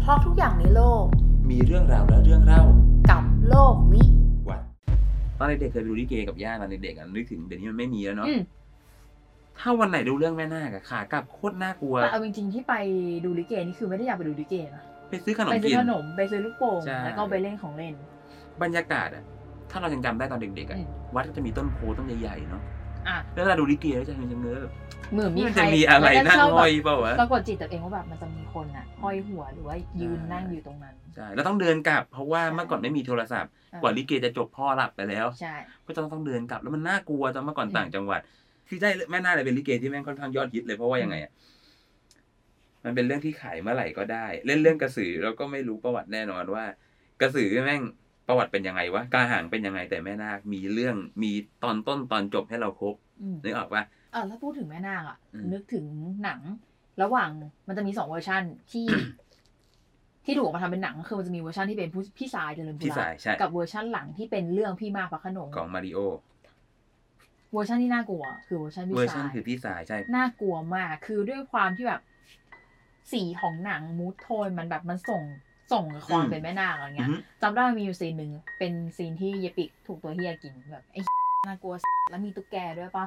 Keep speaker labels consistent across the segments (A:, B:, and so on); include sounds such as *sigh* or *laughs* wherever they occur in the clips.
A: เพราะทุกอย่างในโลก
B: มีเรื่องราวและเรื่องเล่า
A: กับโลกวิ
B: วัดตอนเด็กๆเคยไปดูลิเกกับย่าตอนเด็กๆอ่ะนึกถึงเดี๋ยวนี้มันไม่มีแล้วเนาะ
A: อืม
B: ถ้าวันไหนดูเรื่องแม่นาคอะขากลับโคตรน่ากลัว
A: แต่เอาจริงๆที่ไปดูลิเกนี่คือไม่ได้อยากไปดูลิเกนะ
B: ไปซื้อขนม
A: ไปซื้
B: กิ
A: อน ขนมไปซื้อลูกโป่ง
B: ใช่
A: แล้วก็ไปเล่นของเล่น
B: บรรยากาศอ่ะถ้าเรายังจำได้ตอนเด็กๆอะ
A: อืม
B: วัดก็จะมีต้นโพต้นใหญ่ๆเนาะ
A: อ่ะ
B: แล้วเวลาดูลิเกแล้วจะเห็นจังเลยแบบ
A: เหมือนมี
B: มัน
A: ใคร
B: จะมีอะไร
A: แล้วก็
B: น่า
A: ชบ
B: ห้อย
A: แบบ
B: เปล่าวะ
A: ปรากฏจิตตัวเองว่าแบบมันจะมีคนอ่ะห้อยหัวหรือว่ายืน
B: ใช่
A: นั่งอยู่ตรงนั้น
B: ใช่แล้วต้องเดินกลับ เพราะว่า
A: ใช่
B: เมื่อก่อนไม่มีโทรศัพท์
A: อ่ะ
B: กว่าลิเกจะจบพ่อหลับไปแล้ว
A: ใช่
B: ก็จะต้องเดินกลับแล้วมันน่ากลัวตอนเมื่อก่อน
A: อืม
B: ต่างจังหวัด คือได้แม่น่าเลยเป็นลิเกที่แม่งค่อนข้างยอดฮิตเลยเพราะว่ายังไงอะมันเป็นเรื่องที่ขายเมื่อไหร่ก็ได้ เล่นเรื่องกระสือเราก็ไม่รู้ประวัติแน่นอนว่า กระสือแม่งประวัติเป็นยังไงวะกาหางเป็นยังไงแต่แม่นาคมีเรื่องมีตอนต้นตอนจบให้เราครบนึกออกปะ
A: อ่าถ้าพูดถึงแม่นาคอ่ะ
B: อืม
A: นึกถึงหนัง ระหว่างมันจะมีสองเวอร์ชันที่ *coughs* ที่ถูกออกมาทำเป็นหนังก็คือมันจะมีเวอร์ชันที่เป็นผู้พี่สายเจริญ
B: พี่
A: พุ
B: สายใช่
A: กับเวอร์ชันหลังที่เป็นเรื่องพี่มากพระโขนง
B: ของมาริโอ
A: เวอร์ชันที่น่ากลัว คือเวอร์ชันพี่
B: เวอร์ชั
A: สาน ย
B: คือพี่สายใช่
A: น่ากลัวมาก คือด้วยความที่แบบสีของหนังมูทโทนมันแบบมันส่งส่งความ
B: อืม
A: เป็นแม่นาคอะไร
B: อื
A: เงี้
B: อย ฮึ
A: จำได้มีอยู่ซีนหนึ่งเป็นซีนที่เยปิกถูกตัวเฮียกินแบบไอ้ *laughs* น่ากลัวสัสแล้วมีตุ๊กแกด้วยปะ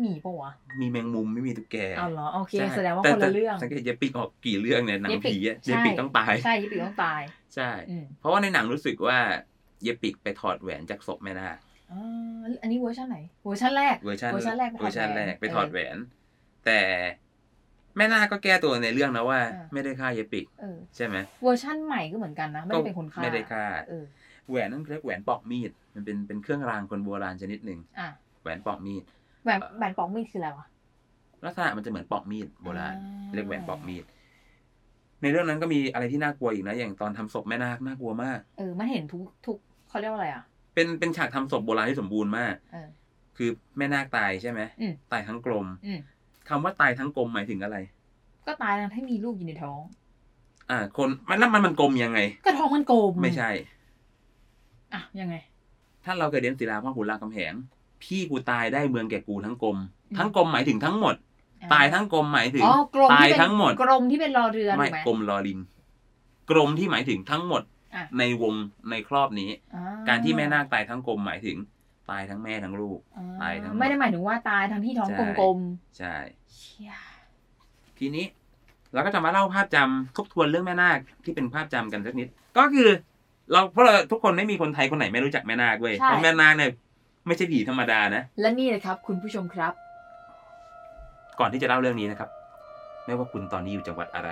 A: หมีปะวะ
B: มีแมงมุมไม่มีตุ๊กแก
A: เอาเหรอโอเค
B: ใช่
A: แสดงว่า
B: ต่
A: คนละเรื่อง
B: สังเกตเยปิกออกกี่เรื่องเนี่ยหนัง
A: เยปิก
B: ผีอะ
A: ใช่
B: เยปิกต้องตาย
A: ใช่ญี่ปุ่นต้องตาย
B: ใช่
A: อืม
B: เพราะว่าในหนังรู้สึกว่าเยปิกไปถอดแหวนจากศพแม่นาค
A: อ่าอันนี้เวอร์ชันไหนเวอร์ชันแรก
B: เวอร์ชัน
A: เวอร์ชันแรกไปถอด
B: เวอร์ชันแร
A: แหว
B: ก
A: น
B: ไปถอดแหวน แต่แม่นาคก็แก้ตัวในเรื่องนะว่า
A: อ่า
B: ไม่ได้ฆ่าเยปิก
A: เออ
B: ใช่ไหม
A: เวอร์ชันใหม่ก็เหมือนกันนะ ไม่ได้เป็นคนฆ่า
B: ก็ไม่ได้ฆ่า
A: เออ
B: แหวนนั่นเรียกแหวนปอกมีด มันเป็นเป็นเครื่องรางคนโบราณชนิดหนึ่ง
A: อ่ะ
B: แหวนปอกมีด
A: แหวนแหวนปอกมีดคืออะไรวะ
B: ลักษณะมันจะเหมือนปอกมีดโบราณ
A: อ่
B: เรียกแหวนปอกมีด ในเรื่องนั้นก็มีอะไรที่น่ากลัวอีกนะ อย่างตอนทำศพแม่นาคน่ากลัวมาก
A: เออมันเห็นทุกทุกเขาเรียกว่าอะไรอ่ะ
B: เป็นเป็นฉากทำศพโบราณที่สมบูรณ์มาก
A: เออ
B: คือแม่นาคตายใช่ไหม
A: อืม
B: ตายทั้งกลม
A: อืม
B: คำว่าตายทั้งกลมหมายถึงอะไร
A: ก็ตายแล้วให้มีลูกอยู่ในท้อง
B: อ่า คนมันแล้วมันมันกลมยังไง
A: ก็ท้องมันโกลม
B: ไม่ใช่
A: อ่ะยังไง
B: ถ้าเราเคยเรียนศิลาพ่อขุนรามคำแหง พี่กูตายได้เมืองแก่กูทั้งกลม
A: อืม
B: ทั้งกลมหมายถึงทั้งหมด
A: อ่ะ
B: ตายทั้งกลมหมายถึง
A: อ๋อกลม
B: ตาย
A: ที่เป็น
B: ทั้งหมด
A: กลมที่เป็นรอเรือถู
B: ไม่
A: กไหม
B: กลมลอลิง กลมที่หมายถึงทั้งหมด
A: อ่ะ
B: ในวงในครอบนี้
A: อ่
B: การที่แม่นาคตายทั้งกลมหมายถึง ตายทั้งแม่ทั้งลูก
A: อ่
B: ตายทั้งหมด
A: ไม่ได้หมายถึงว่าตายทั้งที่ท้อง
B: ใช่
A: กลม
B: ใช่
A: ๆเชี่ย
B: ทีนี้เราก็จะมาเล่าภาพจำทบทวนเรื่องแม่นาคที่เป็นภาพจำกันสักนิด ก็คือ เราเพราะเราทุกคนไม่มีคนไทยคนไหนไม่รู้จักแม่นาคเว้ยเพราะแม่นาคเนี่ยไม่ใช่ผีธรรมดานะ
A: และนี่เลยครับ คุณผู้ชมครับ
B: ก่อนที่จะเล่าเรื่องนี้นะครับ ไม่ว่าคุณตอนนี้อยู่จังหวัดอะไร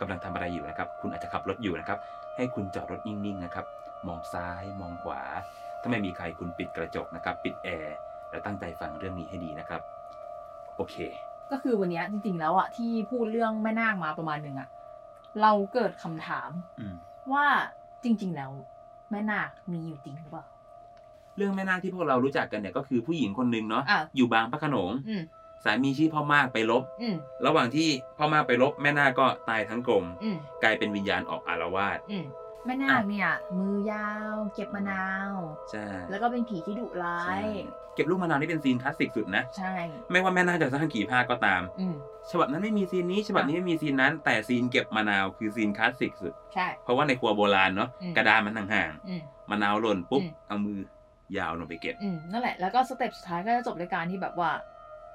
B: กำลังทำอะไรอยู่นะครับ คุณอาจจะขับรถอยู่นะครับ ให้คุณจอดรถนิ่งๆนะครับ มองซ้ายมองขวา ถ้าไม่มีใครคุณปิดกระจกนะครับ ปิดแอร์แล้วตั้งใจฟังเรื่องนี้ให้ดีนะครับ โอเค
A: ก็คือวันเนี้ยจริงๆแล้วอะที่พูดเรื่องแม่นาคมาประมาณหนึ่งอะเราเกิดคำถาม
B: อืม
A: ว่าจริง ๆ แล้ว แม่นาคมีอยู่จริงหรือเปล่า
B: เรื่องแม่นาคที่พวกเรารู้จักกันเนี่ยก็คือผู้หญิงคนหนึ่งเนาะ
A: อ่ะ
B: อยู่บางพระโขนง
A: อืม
B: สามีชื่อพ่อมากไปลบ
A: อืม
B: ระหว่างที่พ่อมากไปลบแม่นาคก็ตายทั้งกลม
A: อืม
B: กลายเป็นวิญญาณออกอารวาส
A: อืมแม่นาคเนี่ย มือยาว เก็บมะนาว
B: ใช่
A: แล้วก็เป็นผีที่ดุร้า
B: ใช่
A: ย
B: เก็บลูกมะนาวนี่เป็นซีนคลาสสิกสุดนะ
A: ใช่
B: ไม่ว่าแม่นาคจะสร้างกี่ภาคก็ตาม
A: อืม
B: ฉบับนั้นไม่มีซีนนี้ ฉบับนี้ไม่มีซีนนั้น แต่ซีนเก็บมะนาวคือซีนคลาสสิกสุด
A: ใช่
B: เพราะว่าในครัวโบราณเนาะ
A: อืม
B: กระดานมันห่าง
A: อืม
B: ๆมะนาวหล่นปุ๊บ
A: อืม
B: เอามือยาวลงไปเก็บ
A: อืมนั่นแหละแล้วก็สเต็ปสุดท้ายก็จะจบด้วยการที่แบบว่า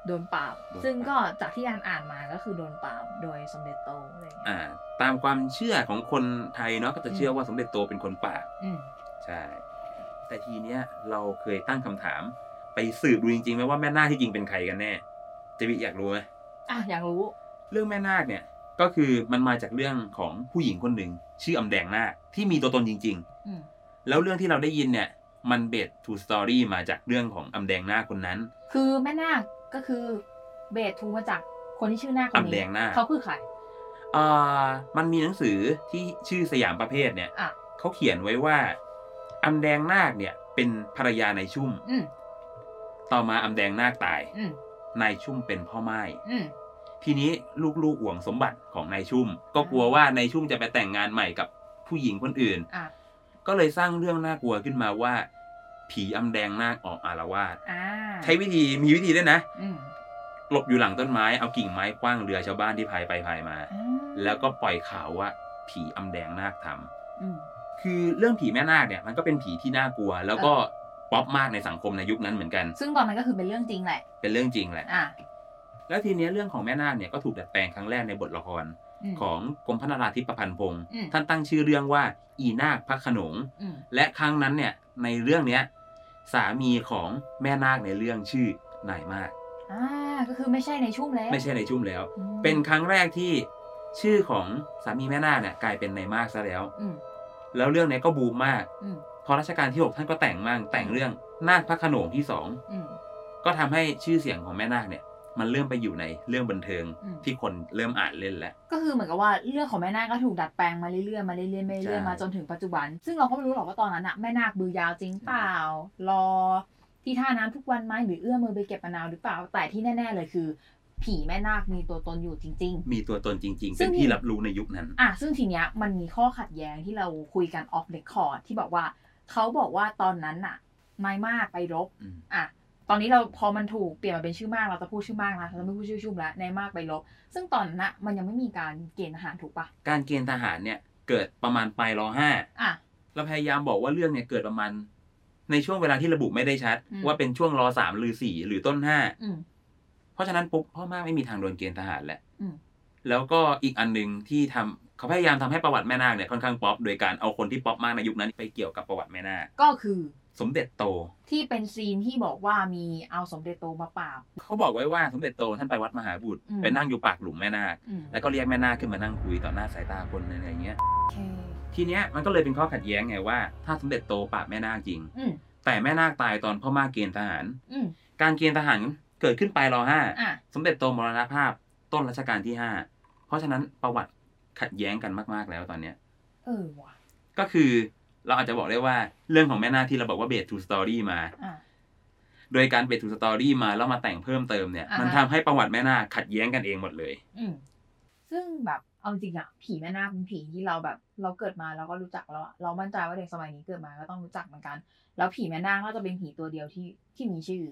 A: โดนปราบ
B: โดนปราบ
A: ซึ่งก็จากที่อ่านอ่านมาก็คือโดนปราบโดยสมเด็จโตอะไรอย่างเงี้ย
B: อ่า ตามความเชื่อของคนไทยเนาะก็จะเชื่อว่าสมเด็จโตเป็นคนป่าบ
A: อืม
B: ใช่ แต่ทีเนี้ยเราเคยตั้งคำถาม ไปสืบดูจริงๆไหมว่าแม่นาคที่จริงเป็นใครกันแน่เจะวิอยากรู้ไหม
A: อ่ะอยากรู้
B: เรื่องแม่นาคเนี่ยก็คือมันมาจากเรื่องของผู้หญิงคนหนึ่งชื่ออำแดงนาคที่มีตัวตนจริง
A: อืม
B: ๆ แล้วเรื่องที่เราได้ยินเนี่ยมันเบสทูสตอรี่มาจากเรื่องของอำแดงนาคคนนั้น
A: คือแม่นาคก็คือเบสทูมาจากคนที่ชื่อนาคคน
B: อำแด
A: นี้
B: งนาค
A: เขาคือใคร
B: เอ่อมันมีหนังสือที่ชื่อสยามประเภทเนี่ย
A: อ่ะ
B: เขาเขียนไว้ว่าอำแดงนาคเนี่ยเป็นภรรยานายชุ่ม
A: อืม
B: ต่อมาอำแดงนาคตาย
A: อืม
B: นายชุ่มเป็นพ่อไม้
A: อืม
B: ทีนี้ลูกๆห่วงสมบัติของนายชุ่ม ก็กลัวว่านายชุ่มจะไปแต่งงานใหม่กับผู้หญิงคนอื่น
A: อ่ะ
B: ก็เลยสร้างเรื่องน่ากลัวขึ้นมาว่า ผีอำแดงนาคออกอารวาส
A: อ่า
B: ใช้วิธีมีวิธีด้วยนะ
A: อืม
B: หลบอยู่หลังต้นไม้เอากิ่งไม้คว้างเรือชาวบ้านที่พายไปพายมา
A: อ่า
B: แล้วก็ปล่อยข่าวว่าผีอำแดงนาคทำ
A: อืม
B: คือเรื่องผีแม่นาคเนี่ยมันก็เป็นผีที่น่ากลัว แล้วก็ป๊อปมากในสังคมในยุคนั้นเหมือนกัน
A: ซึ่งตอนนั้นก็คือเป็นเรื่องจริงแหละ
B: เป็นเรื่องจริงแหละ
A: อ่ะ
B: แล้วทีเนี้ยเรื่องของแม่นาคเนี่ยก็ถูกดัดแปลงครั้งแรกในบทละคร
A: ม
B: ของกรมพระนราธิปประพันธ์พงศ์
A: อืม
B: ท่านตั้งชื่อเรื่องว่า อีนาคพระโขนง
A: อืม
B: และครั้งนั้นเนี่ยในเรื่องเนี้ยสามีของแม่นาคในเรื่องชื่อนายมาก
A: อ่าก็คือไม่ใช่ในชุ่มแล้ว
B: ไม่ใช่ในชุ่มแล้ว
A: อืม
B: เป็นครั้งแรกที่ชื่อของสามีแม่นาคเนี่ยกลายเป็นนายมากซะแล้ว
A: อืม
B: แล้วเรื่องเนี้ยก็บูมมาก
A: อืม
B: พอรัชกาลที่ 6 ท่านก็แต่งมั่งแต่งเรื่องนาคพระโขนงที่สอง
A: อืม
B: ก็ทำให้ชื่อเสียงของแม่นาคเนี่ย มันเริ่มไปอยู่ในเรื่องบันเทิง
A: อืม
B: ที่คนเริ่มอ่านเล่นแล้ว
A: ก็คือเหมือนกับว่าเรื่องของแม่นาคก็ถูกดัดแปลงมาเรื่อยๆมาเรื่อยๆมา
B: ใช่
A: เรื่อยๆมาจนถึงปัจจุบัน ซึ่งเราก็ไม่รู้หรอกว่าตอนนั้นอะแม่นาคบือยาวจริงเปล่า รอที่ท่าน้ำทุกวันไหมหรือเอื้อมือไปเก็บมะนาวหรือเปล่าแต่ที่แน่ ๆเลยคือ ผีแม่นาคมีตัวตนอยู่จริง ๆ
B: มีตัวตนจริง ๆ
A: ซึ่
B: เป็
A: ง
B: นที่รับรู้ในยุคนั้น
A: อ่ะซึ่งทีเนี้ยมันมีข้อขัดแย้งที่เราคุยกันออฟเรคคอร์ดที่บอกว่า เขาบอกว่าตอนนั้นน่ะนายมากไปรบ
B: อืม
A: อ่ะตอนนี้เราพอมันถูกเปลี่ยนมาเป็นชื่อมากเราจะพูดชื่อมากนะเราไม่พูดชื่อชุ่มแล้วนายมากไปรบ ซึ่งตอนนั้นน่ะมันยังไม่มีการเกณฑ์ทหารถูกปะ
B: การเกณฑ์ทหารเนี่ยเกิดประมาณปลายรห้า
A: อ่ะ
B: เราพยายามบอกว่าเรื่องเนี่ยเกิดประมาณ ในช่วงเวลาที่ระบุไม่ได้ชัด
A: อืม
B: ว่าเป็นช่วงรสามหรือสี่หรือต้นห้า
A: อืม
B: เพราะฉะนั้นปุ๊บพ่อมากไม่มีทางโดนเกณฑ์ทหารแหละ
A: อืม
B: แล้วก็อีกอันหนึ่งที่ทำเขาพยายามทำให้ประวัติแม่นาคเนี่ยค่อนข้างป๊อปโดยการเอาคนที่ป๊อปมากในยุคนั้นไปเกี่ยวกับประวัติแม่นาค
A: ก็คือ
B: สมเด็จโต
A: ที่เป็นซีนที่บอกว่ามีเอาสมเด็จโตมาปราบ
B: เขาบอกไว้ว่าสมเด็จโตท่านไปวัดมหาบุตร
A: อืม
B: ไปนั่งอยู่ปากหลุมแม่นาค
A: อืม
B: แล้วก็เรียกแม่นาคขึ้นมานั่งคุยต่อหน้าสายตาคนอะไรอย่างเงี้ย
A: โอเค
B: ทีเนี้ยมันก็เลยเป็นข้อขัดแย้งไงว่าถ้าสมเด็จโตปราบแม่นาคจริง
A: อืม
B: แต่แม่นาคตายตอนพ่อมากเกณฑ์ทหาร
A: อืม
B: การเกณฑ์ทหารเกิดขึ้นปลายรห้า
A: อ่ะ
B: สมเด็จโตมรณภาพต้นรัชกาลที่ห้าเพราะฉะนั้นประวัติขัดแย้งกันมากๆแล้วตอนเนี้ย
A: เออว่ะ
B: ก็คือเราอาจจะบอกได้ว่าเรื่องของแม่นาคที่เราบอกว่าเบสทูสตอรี่มา
A: อ่ะ
B: โดยการเบสทูสตอรี่มาแล้วมาแต่งเพิ่มเติมเนี่ย
A: อ่าฮะ
B: มันทำให้ประวัติแม่นาคขัดแย้งกันเองหมดเลย
A: อืมซึ่งแบบเอาจริงอะผีแม่นาคเป็นผีที่เราแบบ เราเกิดมาเราก็รู้จักแล้วอะเรามั่นใจว่าเด็กสมัยนี้เกิดมาก็ต้องรู้จักเหมือนกัน แล้วผีแม่นาคก็จะเป็นผีตัวเดียวที่ที่มีชื่อ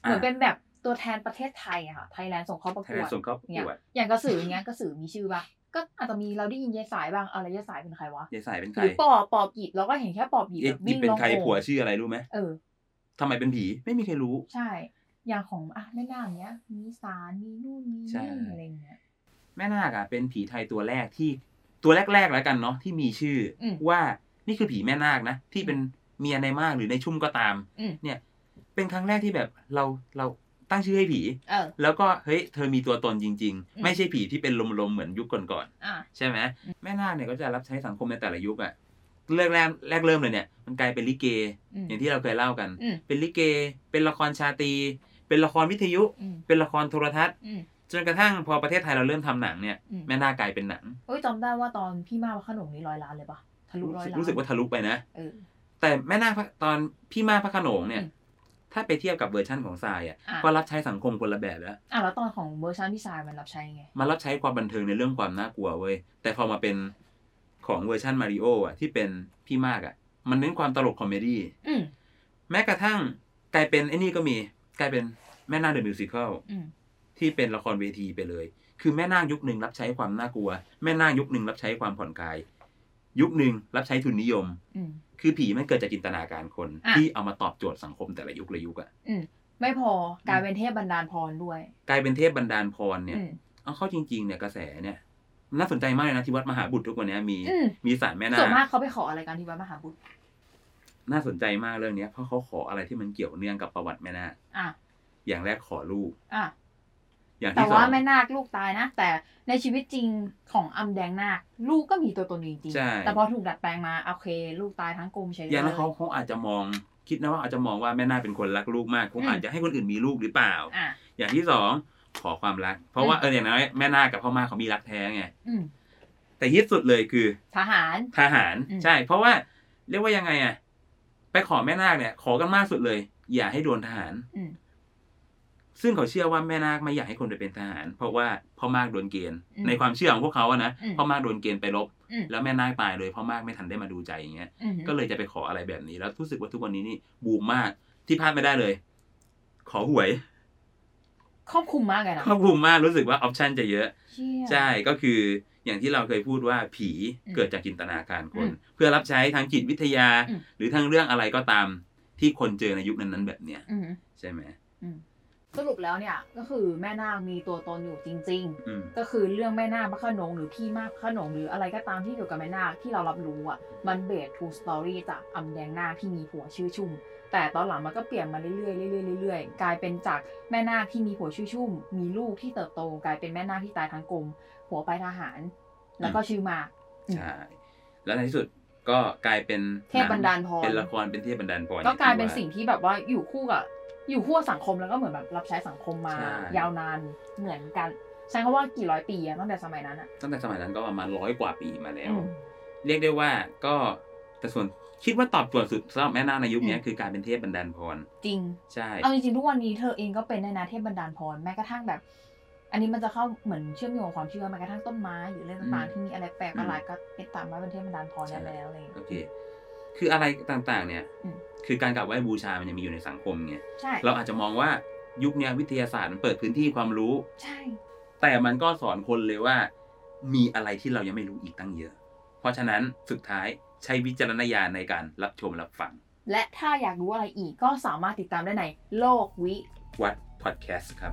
A: เหมือนเป็นแบบตัวแทนประเทศไทยอะค่ะไทยแลนด์ส่งเข้าประ
B: ไท
A: ก
B: ยแล
A: วน ด
B: ด์ส่งเข้าประกวด
A: อย่างกระสืออย่างเงี้ยกระสือมีชื่อปะก็อาจจะมีเราได้ยินยายสายบางเอาอะไรยายสายเป็นใครวะ
B: ยายสายเป็นใค
A: ห
B: ร
A: รือปอบปอบหยิบเราก็เห็นแค่ปอบหยิบ
B: เอ๊ะ
A: แบบ
B: นี่
A: วิ่ง
B: เป็น
A: ลง
B: ใคร
A: โอ่ง
B: ผัวชื่ออะไรรู้ไหม
A: เออ
B: ทำไมเป็นผี ไม่มีใครรู้
A: ใช่ อย่างของอ่ะแม่นาคเนี้ย มีสารมีนู่นมี
B: ใช่
A: นี่อะไรอย่างเงี้ย
B: แม่นาคอะเป็นผีไทยตัวแรกที่ตัวแรกๆแล้วกันเนาะที่มีชื่ออ
A: ม
B: ว่านี่คือผีแม่นาคนะ ที่เป็นเมียในมากหรือในชุ่มก็ตาม
A: อืม
B: เนี่ย เป็นครั้งแรกที่แบบเราเราตั้งชื่อให้ผี
A: เออ
B: แล้วก็เฮ้ยเธอมีตัวตนจริง
A: อืม
B: ๆ ไม่ใช่ผีที่เป็นลมๆเหมือนยุคก่อน
A: อ่ะ
B: ๆใช่ไหมแม่นาคเนี่ยก็จะรับใช้สังคมในแต่ละยุคอะเรื่องแรกแรกเริ่มเลยเนี่ย มันกลายเป็นลิเก
A: อืม
B: อย่างที่เราเคยเล่ากัน
A: อืม
B: เป็นลิเก เป็นละครชาตรี เป็นละครวิทยุ
A: อืม
B: เป็นละครโทรทัศน์
A: อืม
B: จนกระทั่งพอประเทศไทยเราเริ่มทำหนังเนี่ย
A: อืม
B: แม่นากลายเป็นหนัง
A: เอ้ยจำได้ว่าตอนพี่มาว่าขนมนี่ร้อยล้านเลยปะทะลุ
B: รู้
A: ร้อย
B: สึก
A: ล้าน
B: รู้สึกว่าทะลุไปนะ
A: เออ
B: แต่แม่นาคพระตอนพี่มาพระโขนงเนี่ย
A: อืม
B: ถ้าไปเทียบกับเวอร์ชั่นของทรายอ่ะ
A: อ่ะ
B: ก็รับใช้สังคมคนละแบบแล้ว
A: อ่ะแล้วตอนของเวอร์ชันพี่สายมันรับใช้ไง
B: มารับใช้ความบันเทิงในเรื่องความน่ากลัวเว้ย แต่พอมาเป็นของเวอร์ชันมาริโออ่ะที่เป็นพี่มากอ่ะ มันเน้นความตลกคอมเมดี้
A: อืม
B: แม้กระทั่งกลายเป็นไอ้นี่ก็มี กลายเป็นแม่นาคเดอะมิวสิคล
A: อืม
B: ที่เป็นละครเวทีไปเลย คือแม่นาคยุคหนึ่งรับใช้ความน่ากลัว แม่นาคยุคหนึ่งรับใช้ความผ่อนคลาย ยุคหนึ่งรับใช้ทุนนิยม
A: อืม
B: คือผีมันเกิดจากจินตนาการคน
A: อ่ะ
B: ที่เอามาตอบโจทย์สังคมแต่ละยุคละยุคอะ
A: ไม่พอกลายเป็นเทพบรรดาลพรด้วย
B: กลายเป็นเทพบันดาลพรเนี่ย
A: อืม
B: เอาเข้าจริงๆเนี่ยกระแสเนี่ย น่าสนใจมากเลยนะที่วัดมหาบุตรทุกวันเนี้ยมี
A: อืม
B: มีสารแม่นา
A: ส่วนมา
B: ค
A: กเขาไปขออะไรกันที่วัดมหาบุตร
B: น่าสนใจมากเรื่องเนี้ยเพราะเขาขออะไรที่มันเกี่ยวเนื่องกับประวัติแม่นาค
A: อ่ะ
B: อย่างแรกขอลูก
A: อ่ะ
B: อย่าง
A: แต่
B: ที่สอ
A: ว่าง แม่นาคลูกตายนะ แต่ในชีวิตจริงของอำแดงนาคลูกก็มีตัวตนอยู่จริง
B: ใช่
A: ๆแต่พอถูกดัดแปลงมาโอเค ลูกตายทั้งกลมใช่ไหม
B: อย่างนั้นเขาเขาอาจจะมองคิดนะว่าอาจจะมองว่าแม่นาคเป็นคนรักลูกมากคง
A: อืม
B: อาจจะให้คนอื่นมีลูกหรือเปล่า
A: อ่ะ
B: อย่างที่สองขอความรัก เพราะว่า
A: อืม
B: เอออย่างน้อยแม่นาคกับพ่อมากเขามีรักแท้ไง
A: อืม
B: แต่ฮิตสุดเลยคือ
A: ทหาร
B: ทหาร
A: อืม
B: ใช่ เพราะว่าเรียกว่ายังไงอะไปขอแม่นาคเนี่ย ขอกันมากสุดเลย อย่าให้โดนทหาร
A: อืม
B: ซึ่งเขาเชื่อว่าแม่นาคไม่อยากให้คนไปเป็นทหาร เพราะว่าพ่อมากโดนเกณฑ์
A: อืม
B: ในความเชื่อของพวกเขาอะนะ
A: อืม
B: พ่อมากโดนเกณฑ์ไปรบ
A: อืม
B: แล้วแม่นาคตายเลยพ่อมากไม่ทันได้มาดูใจอย่างเงี้ย
A: อืม
B: ก็เลยจะไปขออะไรแบบนี้ แล้วรู้สึกว่าทุกวันนี้นี่บูมมากที่พลาดไม่ได้เลย ขอหวย
A: ครอบคลุมมากเลยนะ
B: ครอบคลุมมากรู้สึกว่าออปชันจะเยอะ
A: เชี่ย
B: ใช่ก็คืออย่างที่เราเคยพูดว่าผี
A: อืม
B: เกิดจากจินตนาการคน
A: อืม
B: เพื่อรับใช้ทางจิตวิทยา
A: อืม
B: หรือทางเรื่องอะไรก็ตามที่คนเจอในยุคนั้นๆแบบเนี้ย
A: อืม
B: ใช่ไหม
A: อืมสรุปแล้วเนี่ย ก็คือแม่นาคมีตัวตนอยู่จริง ๆ
B: อืม
A: ก็คือเรื่องแม่นาคพระโขนงหรือพี่มากพระโขนงหรืออะไรก็ตามที่เกี่ยวกับแม่นาคที่เรารับรู้อ่ะมันเบสทูสตอรี่จากอำแดงนาคที่มีผัวชื่อชุ่ม แต่ตอนหลังมันก็เปลี่ยนมาเรื่อยๆเรื่อยๆเรื่อยๆกลายเป็นจากแม่นาคที่มีผัวชื่อชุ่ม มีลูกที่เติบโต กลายเป็นแม่นาคที่ตายทั้งกลมผัวไปทหาร แล้วก็ชื่อมาก
B: ใช่แล้วในที่สุดก็กลายเป็น
A: เทพบันดาลพร
B: เป็นละครเป็นเทพบันดาลพร
A: ก็กลายเป็น
B: อ
A: สิ่ง
B: ที่ว่
A: ที่แบบว่าอยู่คู่กับอยู่คู่กับสังคมแล้วก็เหมือนแบบรับใช้สังคมมา
B: ใช่
A: ยาวนานเหมือนกันใช้คำว่ากี่ร้อยปีอะตั้งแต่สมัยนั้นอะ
B: ตั้งแต่สมัยนั้นก็ประมาณร้อยกว่าปีมาแล้ว
A: อืม
B: เรียกได้ว่าก็แต่ส่วนคิดว่าตอบโจทย์สุดสำหรับแม่นาคในยุคเนี้ย
A: อืม
B: คือการเป็นเทพบันดาลพร
A: จริง
B: ใช่
A: เอาจริงๆทุกวันนี้เธอเองก็เป็นในนาเทพบันดาลพรแม้กระทั่งแบบ อันนี้มันจะเข้าเหมือนเชื่อมโยงกับความเชื่อแม้กระทั่งต้นไม้หรือเรื่องต่างๆ
B: อืม
A: ที่มีอะไรแปลกประหลาดก็เป็นตามมาเป็นเทพบันดาลพร
B: ใช่
A: ได้แล้วอะไรอย่าง
B: โอ
A: เงี้ย
B: เค คืออะไรต่างๆ เนี่ย
A: อืม
B: คือการกราบไหว้บูชามันยังมีอยู่ในสังคมไง
A: ใช่
B: เราอาจจะมองว่ายุคเนี้ยวิทยาศาสตร์มันเปิดพื้นที่ความรู้
A: ใช่
B: แต่มันก็สอนคนเลยว่า มีอะไรที่เรายังไม่รู้อีกตั้งเยอะ เพราะฉะนั้นสุดท้ายใช้วิจารณญาณในการรับชมรับฟัง
A: และถ้าอยากรู้อะไรอีกก็สามารถติดตามได้ในโลกวิ
B: วัดพอดแคสต์ครับ